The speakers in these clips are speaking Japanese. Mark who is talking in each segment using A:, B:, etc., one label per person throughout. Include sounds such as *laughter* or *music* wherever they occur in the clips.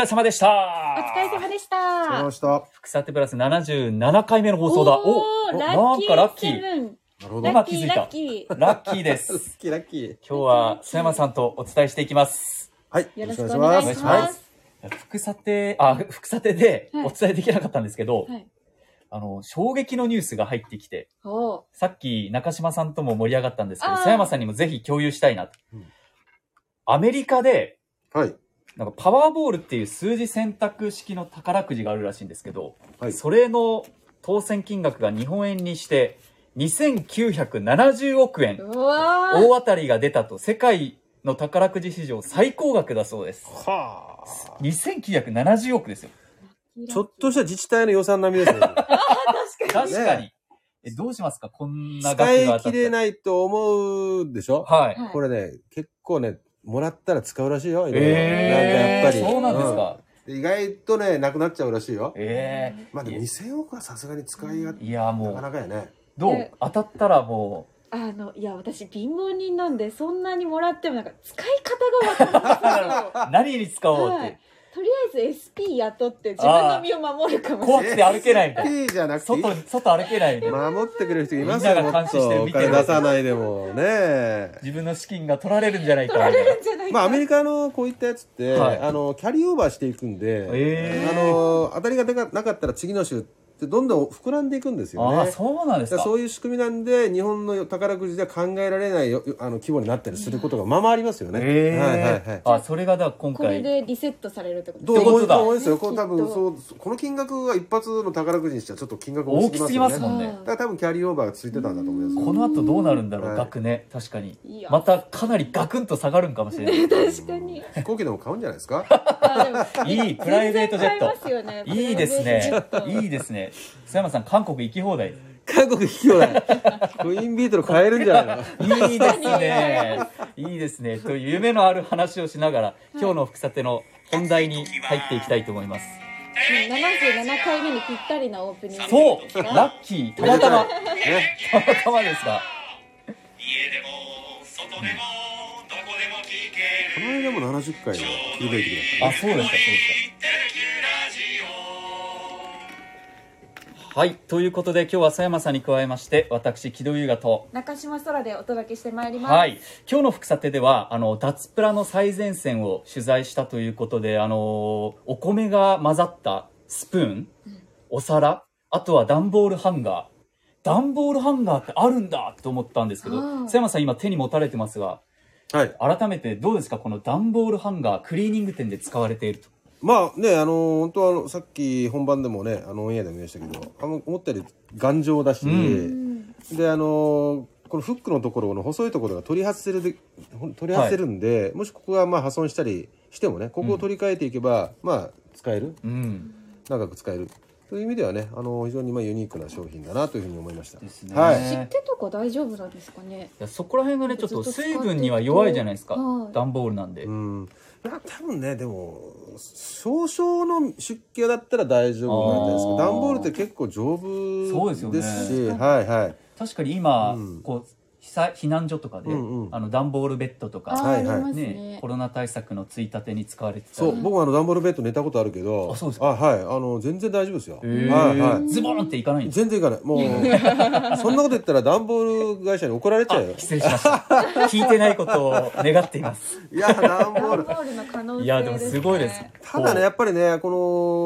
A: れ様でした。
B: お疲れ様でし
C: ど
B: た
C: う。したな
A: 福さてプラス77回目の放送だ。お
B: ー
A: お
B: ラ
A: な
B: ッ
A: ん
B: キ
A: か
B: ー
A: ラッキ
B: セ
A: ー。
B: ブン。
C: るほど。
B: ラ
A: 今
B: ッ
A: 気
B: キ
A: づ
B: ー、
A: いた
B: ラッキ
A: ラッキーで
C: 好
A: す。
C: き、ラッキー。
A: 今日は須山さんとお伝えしていきます。
C: はい。
B: ー。よろしくお願い
A: お願い
B: し
A: し
B: ま
A: ますす。福さて、あ、福さてで
B: はい
A: お伝えできなかったんですけど、
B: はい。
A: あの、衝撃のニュースが入ってきて、
B: おー
A: さっき中島さんとも盛り上がったんですけど、
B: あー
A: 須山さんにもぜひ共有したいなと。
C: うん
A: アメリカで、
C: はい。
A: なんかパワーボールっていう数字選択式の宝くじがあるらしいんですけど、
C: はい。
A: それの当選金額が日本円にして2970億円、
B: うわー。
A: 大当たりが出たと世界の宝くじ史上最高額だそうです。
C: はあ。
A: 2970億ですよ。
C: ちょっとした自治体の予算並
A: *laughs*
C: みですね。
A: 確かに。え、どうしますかこんな額
C: 使
A: が
C: い
A: 当た
C: 切
A: っ
C: れ
A: たら。
C: ないと思うでしょ
A: はい。
B: はい
C: これね、結構ね、もらったら使うらしいよ。いろいろ
A: え
C: な
A: ー
C: んかやっぱり。
A: そうなんですか。
C: うんで意外とね、なくなっちゃうらしいよ。
A: ええ
C: まあでも2000億はさすがに使い勝手、
A: いや、
C: な
A: も
C: か
A: う、
C: なかやね。
A: どう
B: え
A: 当たったらも
B: あの、いや、私、貧乏人なんで、そんなにもらっても、なんか、使い方がわからない。
A: う、何に使おうっ
B: は
A: て
B: い。 *laughs* とりあえず SP 雇って自分の身を守るかもしれ
A: 怖
B: ない。
A: くて歩けないみたいな。
C: *laughs* いいじゃなくていい
A: 外、外歩けないみたいな。
C: 守ってくれる人いますよ、
A: みん
C: も
A: な
C: っ
A: が監視してる
C: と。お
A: 見てる
C: 金出さないでもね。
A: 自分の資金が取られるんじゃないか
B: 取
A: み
B: ら
A: た
B: れ
A: いな
B: る。んじゃないか。
C: まあアメリカのこういったやつって、
A: はい
C: あの、キャリーオーバーしていくんで、
A: え
C: あ
A: ー
C: の、当たりが出かなかったら次の週ってどんどん膨らんでいくんですよね。
A: ああ、そうなんで
C: だ
A: す
C: から
A: か。
C: そういう仕組みなんで日本の宝くじでは考えられないよあの規模になったりすることがまあまあありますよね。
A: ええ
C: はいはいはい。
A: あ、それがだ、今
B: これ
A: 回。
B: でリセットされるってこと
C: どう
A: ってこ
C: 思
A: と
C: う
A: だ
C: と思いますよ。これ多
B: きっ
C: 分
B: と
C: そうこの金額は一発の宝くじにしてはちょっと金額
A: 大
C: 大
A: き
C: き
A: す
C: す
A: ぎ
C: ぎ
A: ま
C: ますす
A: も
C: よ
A: ん
C: ね。
A: ね
B: う。
C: だから多分キャリーオーバーがついてたんだと思います
A: こ
C: よ。
A: の後どうなるんだろ
C: は
A: う、
C: い
A: 額ね。確かに
B: い。や
A: またかなりガクンと下がるんかもしれない。
B: 確かに。
C: 飛行機でも買うんじゃないですか。 *laughs*
B: あでも
A: いいプライベートジェット
B: 全然買えますよね
A: いいです
B: *laughs*
A: ね。いいですね。須山さん、韓国行き放題。
C: 韓国卑怯だ。コインビートル買えるんじゃない
A: *laughs*
C: の。
A: いいですね。いいですね。という夢のある話をしながら、今日の福さての本題に入っていきたいと思います。
B: 77回目にぴったりなオープニング。
A: そうラッキーたまたま、
C: ね。
A: たまたまですが。
D: 家でも外でもどこでも聞け
C: こ
D: る
C: の間も70回は聞いといてください。
A: あ、そうですか、そうですか。
D: テレキラジオ
A: はい。ということで、今日は佐山さんに加えまして、私、木戸優雅と、
B: 中島空でお届けしてまいります。
A: はい。今日の福さてでは、あの、脱プラの最前線を取材したということで、あのーお米が混ざったスプーン、お皿、あとは段ボールハンガー。段ボールハンガーってあるんだと思ったんですけど、
B: うん
A: 佐山さん今手に持たれてますが、
C: はい。
A: 改めてどうですかこの段ボールハンガー、クリーニング店で使われていると。
C: まあね、あの本当はあのさっき本番でもね、あのオンエアでも言いましたけど、あの思ったより頑丈だし、
B: うん。
C: であのーこのフックのところの細いところが取り外せるでほん取り外せるんで、もしここがまあ破損したりしてもねここを取り替えていけば、まあ使える
A: うん。
C: 長く使えるという意味ではねあのー非常にまあユニークな商品だなというふうに思いました
A: ですね。
C: はい
B: 湿気とか大丈夫なんですかね。
A: いやそこら辺がね、ちょっと水分には弱いじゃないですか
B: はい。
A: 段ボールなんで。
C: うんまあ多分ねでも少々の出荷だったら大丈夫なんじゃないですか
A: あー
C: 段ボールって結構丈
A: そう
C: 夫
A: ですよね
C: ですしはいはい
A: 確かに今、
C: うん
A: こう被災避難所とかで、
C: うんうん
A: あの段ボールベッドと
B: あ
A: か、
B: ー、
C: は
B: あ
C: い
B: り
C: はい
B: ます
A: ね
B: ね
A: コ。ロナ対策のついたてに使われてた
C: そう、
A: り
C: 僕もあの段ボールベッド寝たことあるけど
A: あそうです
C: あはいあの全然大丈夫ですよ、
A: へー
C: はいはい
A: ズボンっていかないんです
C: 全然いかない。
A: *laughs*
C: もう、そんなこと言ったら段ボール会社に怒られちゃうよ。
A: 失礼しました
C: *laughs*
A: 聞いてないことを願っています
C: いや、段ボ
B: ダ
C: ー
B: ンボ
C: ル。
B: ールの可能性
A: いやでもすごいです
B: ね
C: ただね、やっぱりね、こ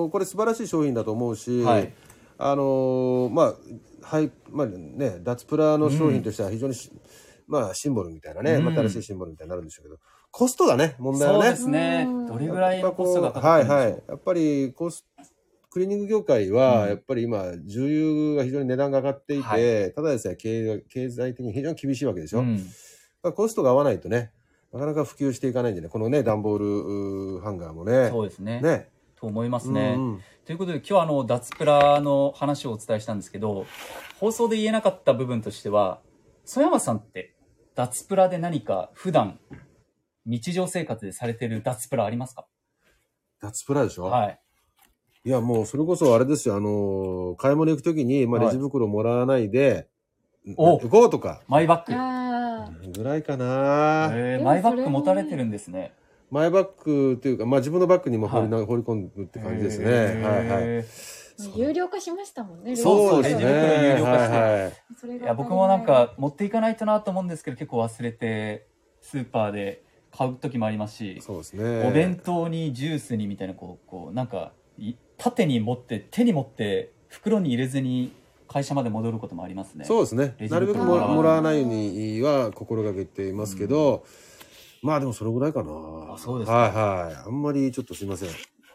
C: の、これ素晴らしい商品だと思うし、
A: はい
C: あのーまあ、はい、まあね、脱プラの商品としては非常にし、まあ、シンボルみたいなね、
A: うん
C: また新しいシンボルみたいになるんでしょうけど、コストがね、問題
A: そう
C: は
A: で
C: ね。
A: すねどれぐらいのコストがかか
C: は
A: って
C: い
A: るんでしょう、
C: はい。やっぱりコスクリーニング業界は、やっぱり今、重油が非常に値段が上がっていて、
A: は
C: ただでさえ経営が経済的に非常に厳しいわけでしょ。
A: うん
C: まあコストが合わないとね、なかなか普及していかないんでね、このね、段ボールうーハンガーもね。
A: そうですね
C: ね。
A: と思いますね、
C: うんうん
A: ということで今日はあの脱プラの話をお伝えしたんですけど放送で言えなかった部分としては曽山さんって脱プラで何か普段日常生活でされてる脱プラありますか
C: 脱プラでしょ、
A: はい
C: い、や、もうそれこそあれですよ、あのー買い物行くときに、まあ、
A: はい
C: レジ袋もらわないで、
A: お
C: 行こうとか、
A: マイバッグ
B: あ
C: ぐらいかな、
A: え
B: で
A: ー、
B: も
A: マイバッグ持たれてるんですね。
C: マイバッグというか、まあ自分のバッグにも放りな、放り込むって感じですね。はいはい。
A: い。
B: 有料化しましたもんね。
A: そうそう
B: 冷
A: レジ
B: 蔵庫
A: 袋有料化して
C: はいはい
B: それ
A: い
B: が
A: や僕もなんか持っていかないとなと思うんですけど結構忘れてスーパーで買う時もありますし、
C: そうですね。
A: お弁当にジュースにみたいなこうこうなんかい縦に持って手に持って袋に入れずに会社まで戻ることもありますね
C: そうですね。
A: レジ
C: なるべくも
B: 袋
C: ら
B: は
C: もらわないようには心がけていますけど、まあでもそれぐらいかな。
A: あそうですか
C: はいはい。あんまりちょっとすいません。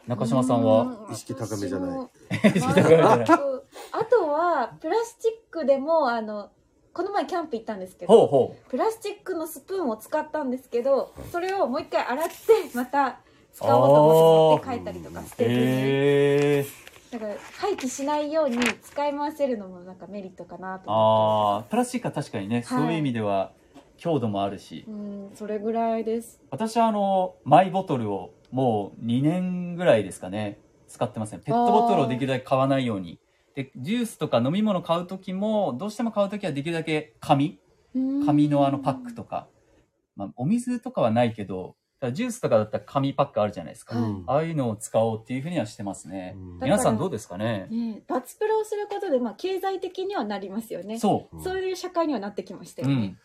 A: 中島さんは
C: 意識高めじゃない
A: *laughs*
B: い。
A: 意識高めじゃない
B: あとあとはプラスチックでもあのこの前キャンプ行ったんですけ
A: ほう
B: ど、
A: ほ
B: プラスチックのスプーンを使ったんですけど、それをもう一回洗ってまた使おうと思って持って帰ったりとかし
A: う
B: てる
A: へえ
B: だから廃棄しないように使い回せるのもなんかメリットかなと思
A: あープラスチックは確かにね、そういう意味では強度もあるし
B: ってうんそれぐらいです
A: 私はあのマイボトルをもう2年ぐらいですかね使ってますねペットボトルをできるだけ買わないようにでジュースとか飲み物買う時もどうしても買う時はできるだけ紙紙のあのパックとか、まあ、お水とかはないけどただジュースとかだったら紙パックあるじゃないですか、
B: はい
C: うん
A: ああいうのを使おうっていうふうにはしてますね、
C: うん
A: 皆さんどうですかね
B: ねえ脱プラをすることで、まあ、経済的にはなりますよねそ
A: そう
B: いう社会にはなってきました
A: う、う
B: よね
A: ん、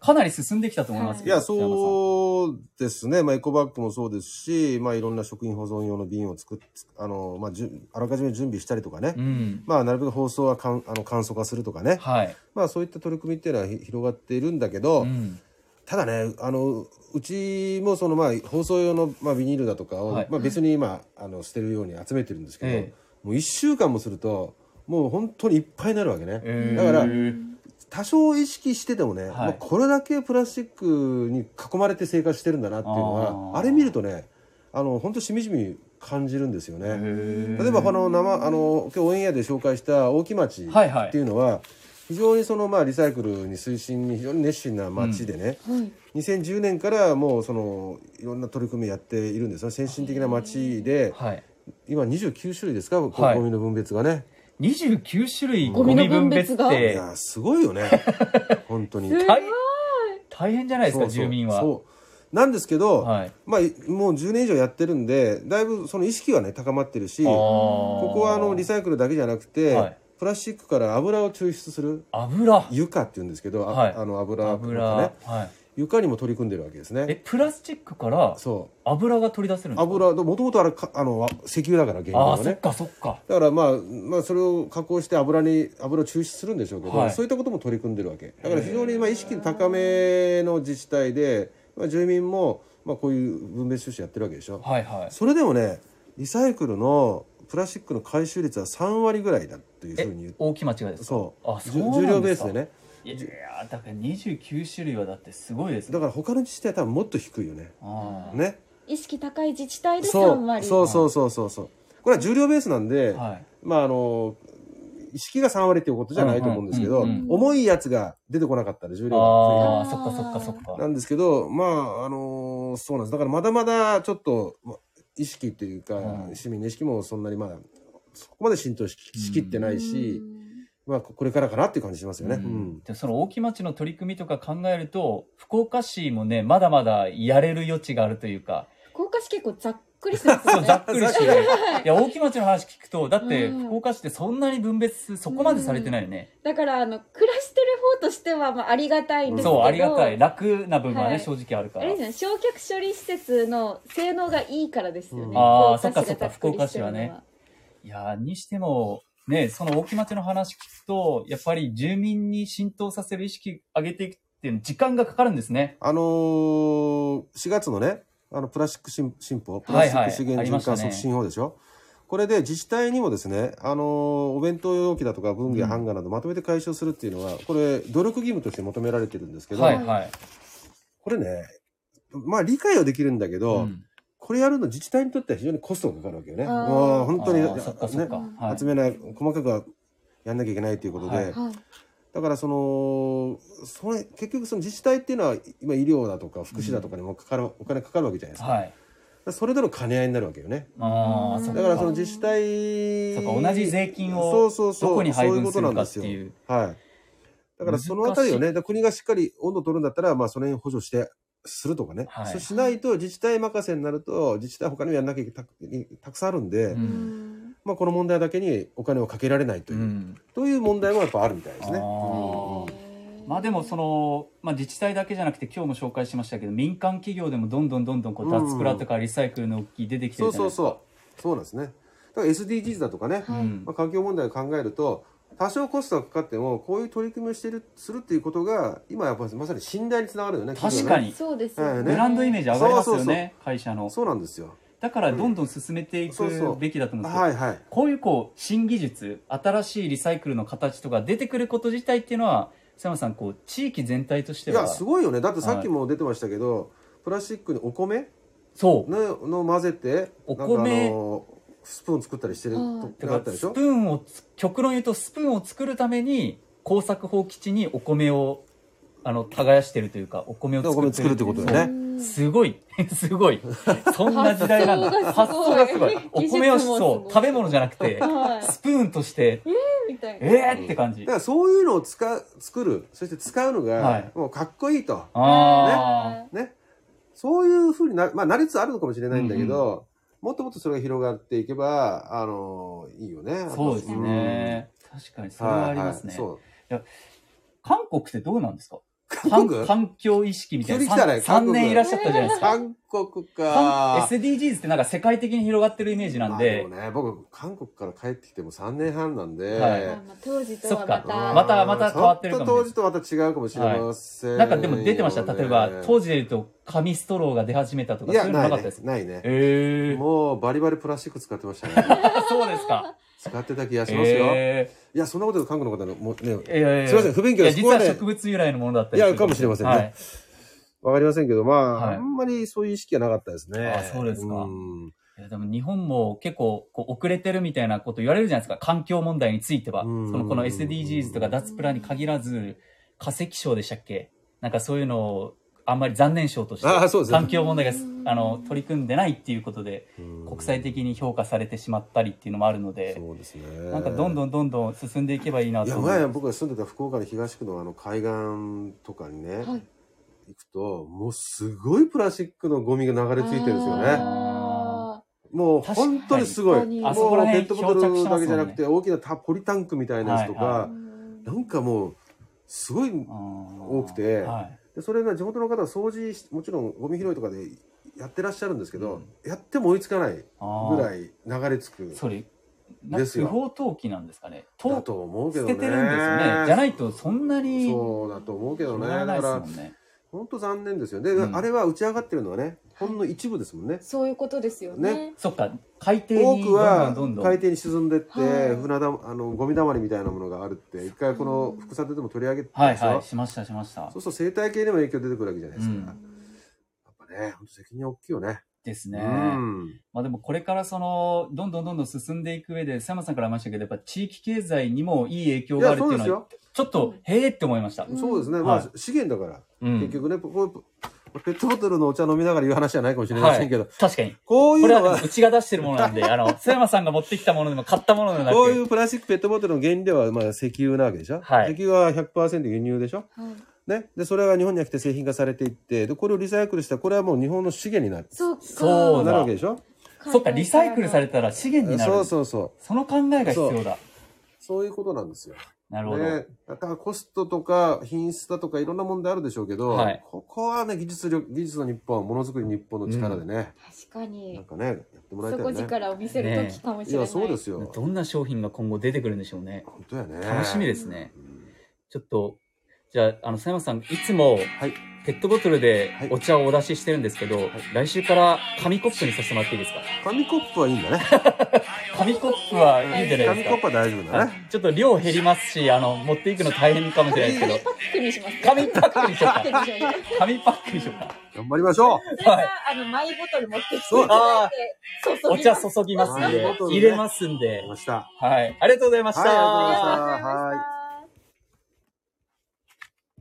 A: かなり進んできたと思います
C: い
A: けど、
C: や、
A: 北山さん
C: そうですね。まあ、エコバッグもそうですし、まあ、いろんな食品保存用の瓶を作っ、あの、まあ、じゅんあらかじめ準備したりとかね。
A: うん
C: まあ、なるべく放送はかんあの簡素化するとかね。
A: はい、
C: まあ、そういった取り組みっていうのはひ広がっているんだけど、
A: うん
C: ただね、あの、うちもその、まあ、放送用の、まあ、ビニールだとかを、
A: はい
C: まあ、別に今、あの、捨てるように集めてるんですけど、
A: ええ
C: もう1週間もすると、もう本当にいっぱいになるわけね。
A: えー
C: だから多少意識しててもね、
A: い
C: まあ、これだけプラスチックに囲まれて生活してるんだなっていうのは
A: あー
C: あれ見るとねあの本当しみじみ感じるんですよね。
A: へ
C: 例えばあの生あの今日オンエアで紹介した大木町
A: はいはい
C: っていうのは、非常にそのまあリサイクルに推進に非常に熱心な町でね、
B: はい
C: 2010年からもうそのいろんな取り組みやっているんですよ先進的な町で
A: はい、
C: 今29種類ですか、こ
A: はい
C: ゴミの分別がね
A: 29種類
B: ゴ
A: ゴ
B: ミ
A: ミ
B: の分
A: 分
B: 別
A: 別っ
B: が
C: い
A: て
C: やすごい
A: *laughs*
C: よね本当に。
B: すごい
A: 大大変じゃないですか
C: そうそう
A: 住民は
C: そうなんですけど、
A: はい
C: まあ、いもう10年以上やってるんでだいぶその意識はね高まってるしここはあのリ
A: イ
C: サイクルだけじゃなくて、
A: はい
C: プラスチックから油を抽出する
A: 油
C: 床っていうんですけど、あ
A: はい
C: あの油とか
A: 油、
C: ね
A: はい、
C: 床にも取り組んでるわけです
A: え
C: ね
A: プラスチックから
C: そ
A: 油が取り出せるん
C: う
A: ですか
C: 油もともとあれかあの石油だから原
A: ああそ
C: 料が
A: っ
C: ね
A: かそっか
C: だからまあ、まあ、それを加工して油に油を抽出するんでしょうけど、
A: はい
C: そういったことも取り組んでるわけだから非常にまあ意識高めの自治体で、まあ、住民もまあこういう分別収集やってるわけでしょ、
A: はいはい
C: それでもねリサイクルのプラスチックの回収率は3割ぐらいだというふうに
A: え
C: 言う
A: 大きい間違いですか
C: そう
A: あそうなんですか
C: 重量ベースでね
A: いやいやだから29種類はだってすごいですね
C: だから他の自治体は多分もっと低いよね
A: あー
C: ね
B: 意識高い自治体で
C: そ
B: 3
C: う
B: 割
C: そうそうそうそうそうこれは重量ベースなんで、
A: はい
C: まああの意識が3割っていうことじゃないと思うんですけど、
A: うんうん
B: うんうん
C: 重いやつが出てこなかったら重量が
A: あ
B: あー
A: あそっかそっかそっか
C: なんですけど、まあ、あのーそうなんです。だからまだまだちょっと、ま意識というか、
A: うん
C: 市民の意識もそんなにまだ、そこまで浸透ししきってないし、
B: うん
C: まあ、ここれからかなっていう感じしますよね。
A: うん
C: うん
A: でもその大木町の取り組みとか考えると福岡市もねまだまだやれる余地があるという
C: *laughs*
A: か
B: 福岡市結構ざっくりしてます
A: そ
B: よ
A: う
B: ね
A: ざっくりしてるいや大木町の話聞くとだって
B: うん
A: 福岡市ってそんなに分別そこまでされてないよね、
B: だからあの暮らしてる方としてはまあありがたいんですけど
A: そうありがたい楽な部分はね、
B: はい
A: 正直あるか
B: あ
A: ら
B: れですね焼却処理施設の性能がいいからですよね、
C: うん
A: あー
B: 福岡市
A: そっかそっか
B: がざくりしてるの
A: 福岡市はいやーにしても、ね、その大木町の話聞くと、やっぱり住民に浸透させる意識上げていくっていうの時間がかかるんですね。
C: あのー、4月のね、あの、プラスチック新新法、プラ
A: はい
C: スチッ
A: はい
C: ク資源
A: ありま
C: 循
A: した
C: 環
A: ね
C: 促進法でしょ、これで自治体にもですね、あのーお弁当容器だとか文具やハンガーなどまとめて回収するっていうのは、これ、努力義務として求められてるんですけど、
A: はいはい。
C: これね、まあ理解はできるんだけど、
A: うん
C: これやるの自治体にとっては非常にコストがかかるわけよね。
B: あー
C: もう本当に、
A: あーそっかそっか。
C: ね、
A: はい
C: 集めない、細かくはやんなきゃいけないということで、
A: はい
B: は
C: だからその、それ、結局その自治体っていうのは、今医療だとか福祉だとかにもかかる、お金かかるわけじゃないですか。
A: はい。
C: それとの兼ね合いになるわけよね。
A: ああ、
B: うん
A: そっ
C: だからその
A: か。
C: 自治体
A: そっか同じ税金を
C: そうそうそう
A: どこに配分するか
C: そ
A: って
C: う
A: い
C: いう
A: う
C: ことなんですよはい。だからそのあたりをね、だから国がしっかり温度取るんだったら、まあその辺補助してするとかね、
A: はい
C: そうしないと自治体任せになると自治体他にもやんなきゃいけたたくさんあるんで、
A: う
B: うんん
C: まあ、この問題だけにお金をかけられないという、
A: うん
C: という問題もやっぱあるみたいですね。
A: あー
C: うん
A: まあでもその、まあ、自治体だけじゃなくて今日も紹介しましたけど民間企業でもどんどんどんどんこう
C: うん
A: 脱プラとかリサイクルの動き出てきて
C: そ
A: る
C: う
A: じゃない
C: そ
A: うですか。
C: そうそうなんですねだから SDGs だとかね、
B: はい
A: うん
C: まあ、環境問題を考えると多少コストがかかってもこういう取り組みをしてるするっていうことが今やっぱりまさに信頼につながるよね
A: 確
C: 企
A: か
C: 業
A: に
C: ね
B: そうですよね、
C: うん
A: ブランドイメージ上がりますよね
C: そうそうそ
A: 会社の
C: そうなんですよ
A: だからどんどん進めてい
C: そうそ
A: く
C: う
A: べきだと思うんですけど、
C: はいはい
A: こういうこう新技術新しいリサイクルの形とか出てくること自体っていうのは佐山さんこう地域全体とし
C: い
A: ては
C: やすごいよねだってさっきも出てましたけど、プラスチックにお米
A: そう
C: のの混ぜて
A: お米
C: なんかあのスプーン作ったりしてる
B: はい
C: とがあったでし
A: ス
C: ょ
A: プーンをつ極論言うとスプーンを作るために耕作放棄地にお米をあの耕してるというかお米を
C: お米作るってことだよね
B: うん
A: すごい *laughs* すごいそんな時代なんだ発
B: 発
A: 想
B: 想
A: が
B: が
A: す
B: す
A: ご
B: ご
A: い
B: い
A: お
B: 技術もすごい
A: 米をそう食べ物じゃなくて
B: はい
A: スプーンとして
B: みたいな
A: えーって感じ
C: だからそういうのを使う作るそして使うのが、
A: はい
C: もうかっこいいと
A: あ
C: ね、そういうふうにな,、まあ、なりつつあるのかもしれないんだけど、もっともっとそれが広がっていけば、あのいいよね。
A: あそうですね確かにそれはありますね
C: はいはい、
A: 韓国ってどうなんですか
C: そう。韓
A: 環
C: 国
A: 環境意識みたい
C: 急に来た
A: な
C: ね
A: 3
C: 韓国
A: 年いらっしゃったじゃないですか
C: 韓国
A: 韓
C: か。
A: SDGs ってなんか世界的に広がってるイメージなん
C: まあ
A: で
C: もね、僕、韓国から帰ってきても3年半なんで、
A: はい
B: まあまあ当時と
A: そ
B: は
A: っか
B: ま
C: うん
B: た
A: またまた変わってるかもしれない
C: ちょっと当時とまた違うかもしれません、
A: なんかでも出てました。例えば、当
C: 時
A: 時で言うと、紙ストローが出始めたとか、
C: い
A: そういう
C: や、
A: のな
C: な
A: か
C: い
A: ったで
C: ね
A: す。。
C: ないね。
A: ええー。
C: もうバリバリプラスチック使ってましたね。
A: そうですか。
C: 使ってた気がしますよ。
A: *laughs* え
C: いや、そんなことで韓国の方の、もうね、
A: えー。
C: すいません不勉強です
A: いや実は
C: ここはね
A: 植物由来のものだったりする
C: いやかもしれませんね
A: はい
C: わかりませんけど、まあ、
A: はい
C: あんまりそういう意識はなかったですね。
A: あそうですか
C: ん
A: いやでも日本も結構こう遅れてるみたいなこと言われるじゃないですか。環境問題については。そ
C: うん
A: のこの SDGs とか脱プラに限らず、化石賞でしたっけなんかそういうのを、あんまり残念賞として、
C: あそうですね
A: 環境問題がすあの取り組んでないっていうことで、
C: うん
A: 国際的に評価されてしまったりっていうのもあるので、
C: そうですね。
A: なんかどんど
C: ん。
A: んどんどん進んでいけばいいないと
C: や、
A: 思
C: 前
A: う。
C: 僕が住んでた福岡の東区のあの海岸とかにね、
B: はい
C: 行くと、もうすごいプラスチックのゴミが流れ着いてるんですよね。
B: あ
C: もう本当にすごい。
B: 確かに
C: も
B: あ
C: うペ
A: そこら辺
C: ットボト
A: 漂着し
C: ル
A: ますも
C: だ
A: んね
C: けじゃなくて、大きなタポリタンクみたいなやつとか、
A: はいは
B: ーうん
C: なんかもう、すごい、
A: 多
C: くて
A: はい、
C: でそれね、地元の方は掃除し、もちろんゴミ拾いとかでやってらっしゃるんですけど、やっても追いつかないぐ
A: ぐ
C: らい流れ着く。
A: それな
C: です
A: 不
C: よ
A: 法投棄なんですかね
C: だ
A: 投
C: と思うけ
A: 捨
C: どね。
A: ててるんですよねじゃないとそんなに
C: そうだと思うけどね。
A: なら
C: だ
A: ない
C: か
A: ですも
C: ら、
A: んね
C: 本当残念ですよね。で
A: うん
C: あれは打ち上がってるのはね、ほんの一部ですもんね。
B: そういうことですよね
C: ね
A: そっか海底
C: 多
A: に
C: く
A: ど
C: は
A: んどんどんどん
C: 海底に沈んでって、
B: はい
C: 船だあのゴミだまりみたいなものがあるって、一回この副産でも取り上げてた
A: は
C: で
A: い
C: しょ
A: はいしましたしました
C: そうすると生態系にも影響出てくるわけじゃないですか。
A: うん
C: やっぱね、本当責任大きいよね。
A: ですね、
C: うん。
A: まあでもこれからそのどんどんどんどん進んでいく上で佐山さんからありましたけどやっぱ地域経済にもいい影響
C: い
A: があ
C: や、
A: るっ
C: そ
A: て
C: う
A: いう
C: です
A: のは
C: よ。
A: ちょっとへえって思いました、
B: ん
C: そうですね。ま
A: は
C: あ、資源だから。
A: うん
C: 結局ね、ここペットボトルのお茶飲みながら言う話じゃないかもしれませんけど、
A: はい、確かに
C: こうい
A: こ
C: う
A: れ
C: の
A: は
C: は
A: う、ちが出してるもの
C: *laughs*
A: なんであの佐山さんが持ってきたものでも買ったものでもなく
C: こういうプラスチックペットボトルの原料はまあ石油なわけでしょ、
A: はい
C: 石油は100%輸入でしょ、
B: はい
C: ね、でそれが日本に来て製品化されていってでこれをリサイクルしたらこれはもう日本の資源になる
B: そうか
A: そうだ
C: なるわけでしょ
A: そっか、リサイクルされたら資源になる。
C: そうそうそう
A: その考えが必要だ。
C: そういうことなんですよ、
A: なるほど。
C: ね、だからコストとか品質だとかいろんな問題あるでしょうけど、
A: はい
C: ここはね技術力技術の日本ものづくり日本の力でね、
B: 確かに
C: なんかねやってもらいた
B: そ
C: い
B: こ
C: よね
B: 力を見せる時かもし
C: い
B: れな
C: や
B: い
C: そうですよ
A: どんな商品が今後出てくるんでしょうね。
C: 本当やね、
A: 楽しみですすね。
C: うん
A: ちょっと、じゃあ、あの、佐山さん、いつも
C: はい
A: ペットボトルで
C: はい
A: お茶をお出ししてるんですけど、来週から紙コップにさせてもらっていいですか
C: 紙コップはいいんだね
A: *laughs* 紙コップはいいんじゃないで
C: 紙
A: すか
C: コップは大丈夫だ
A: は
C: ね
A: いちょっと量減りますし、あの、持っていくの大変かもしれないですけど、
B: パックにしますね
A: 紙パックにしようか
B: パッ。クにしましょう
A: 紙パックにしようか。
C: 頑張りましょう
B: それはあのマイボトル持ってきていただいて
A: お
B: 注ぎ
A: 茶
B: ます
A: 注ぎますん
C: あり
A: で
C: がとう、ございます
A: 入れますんで
C: ありがとうございま、した。
A: はい。ありがとうございました。
C: はいありがと
B: ありがとう
C: うございました
B: ございました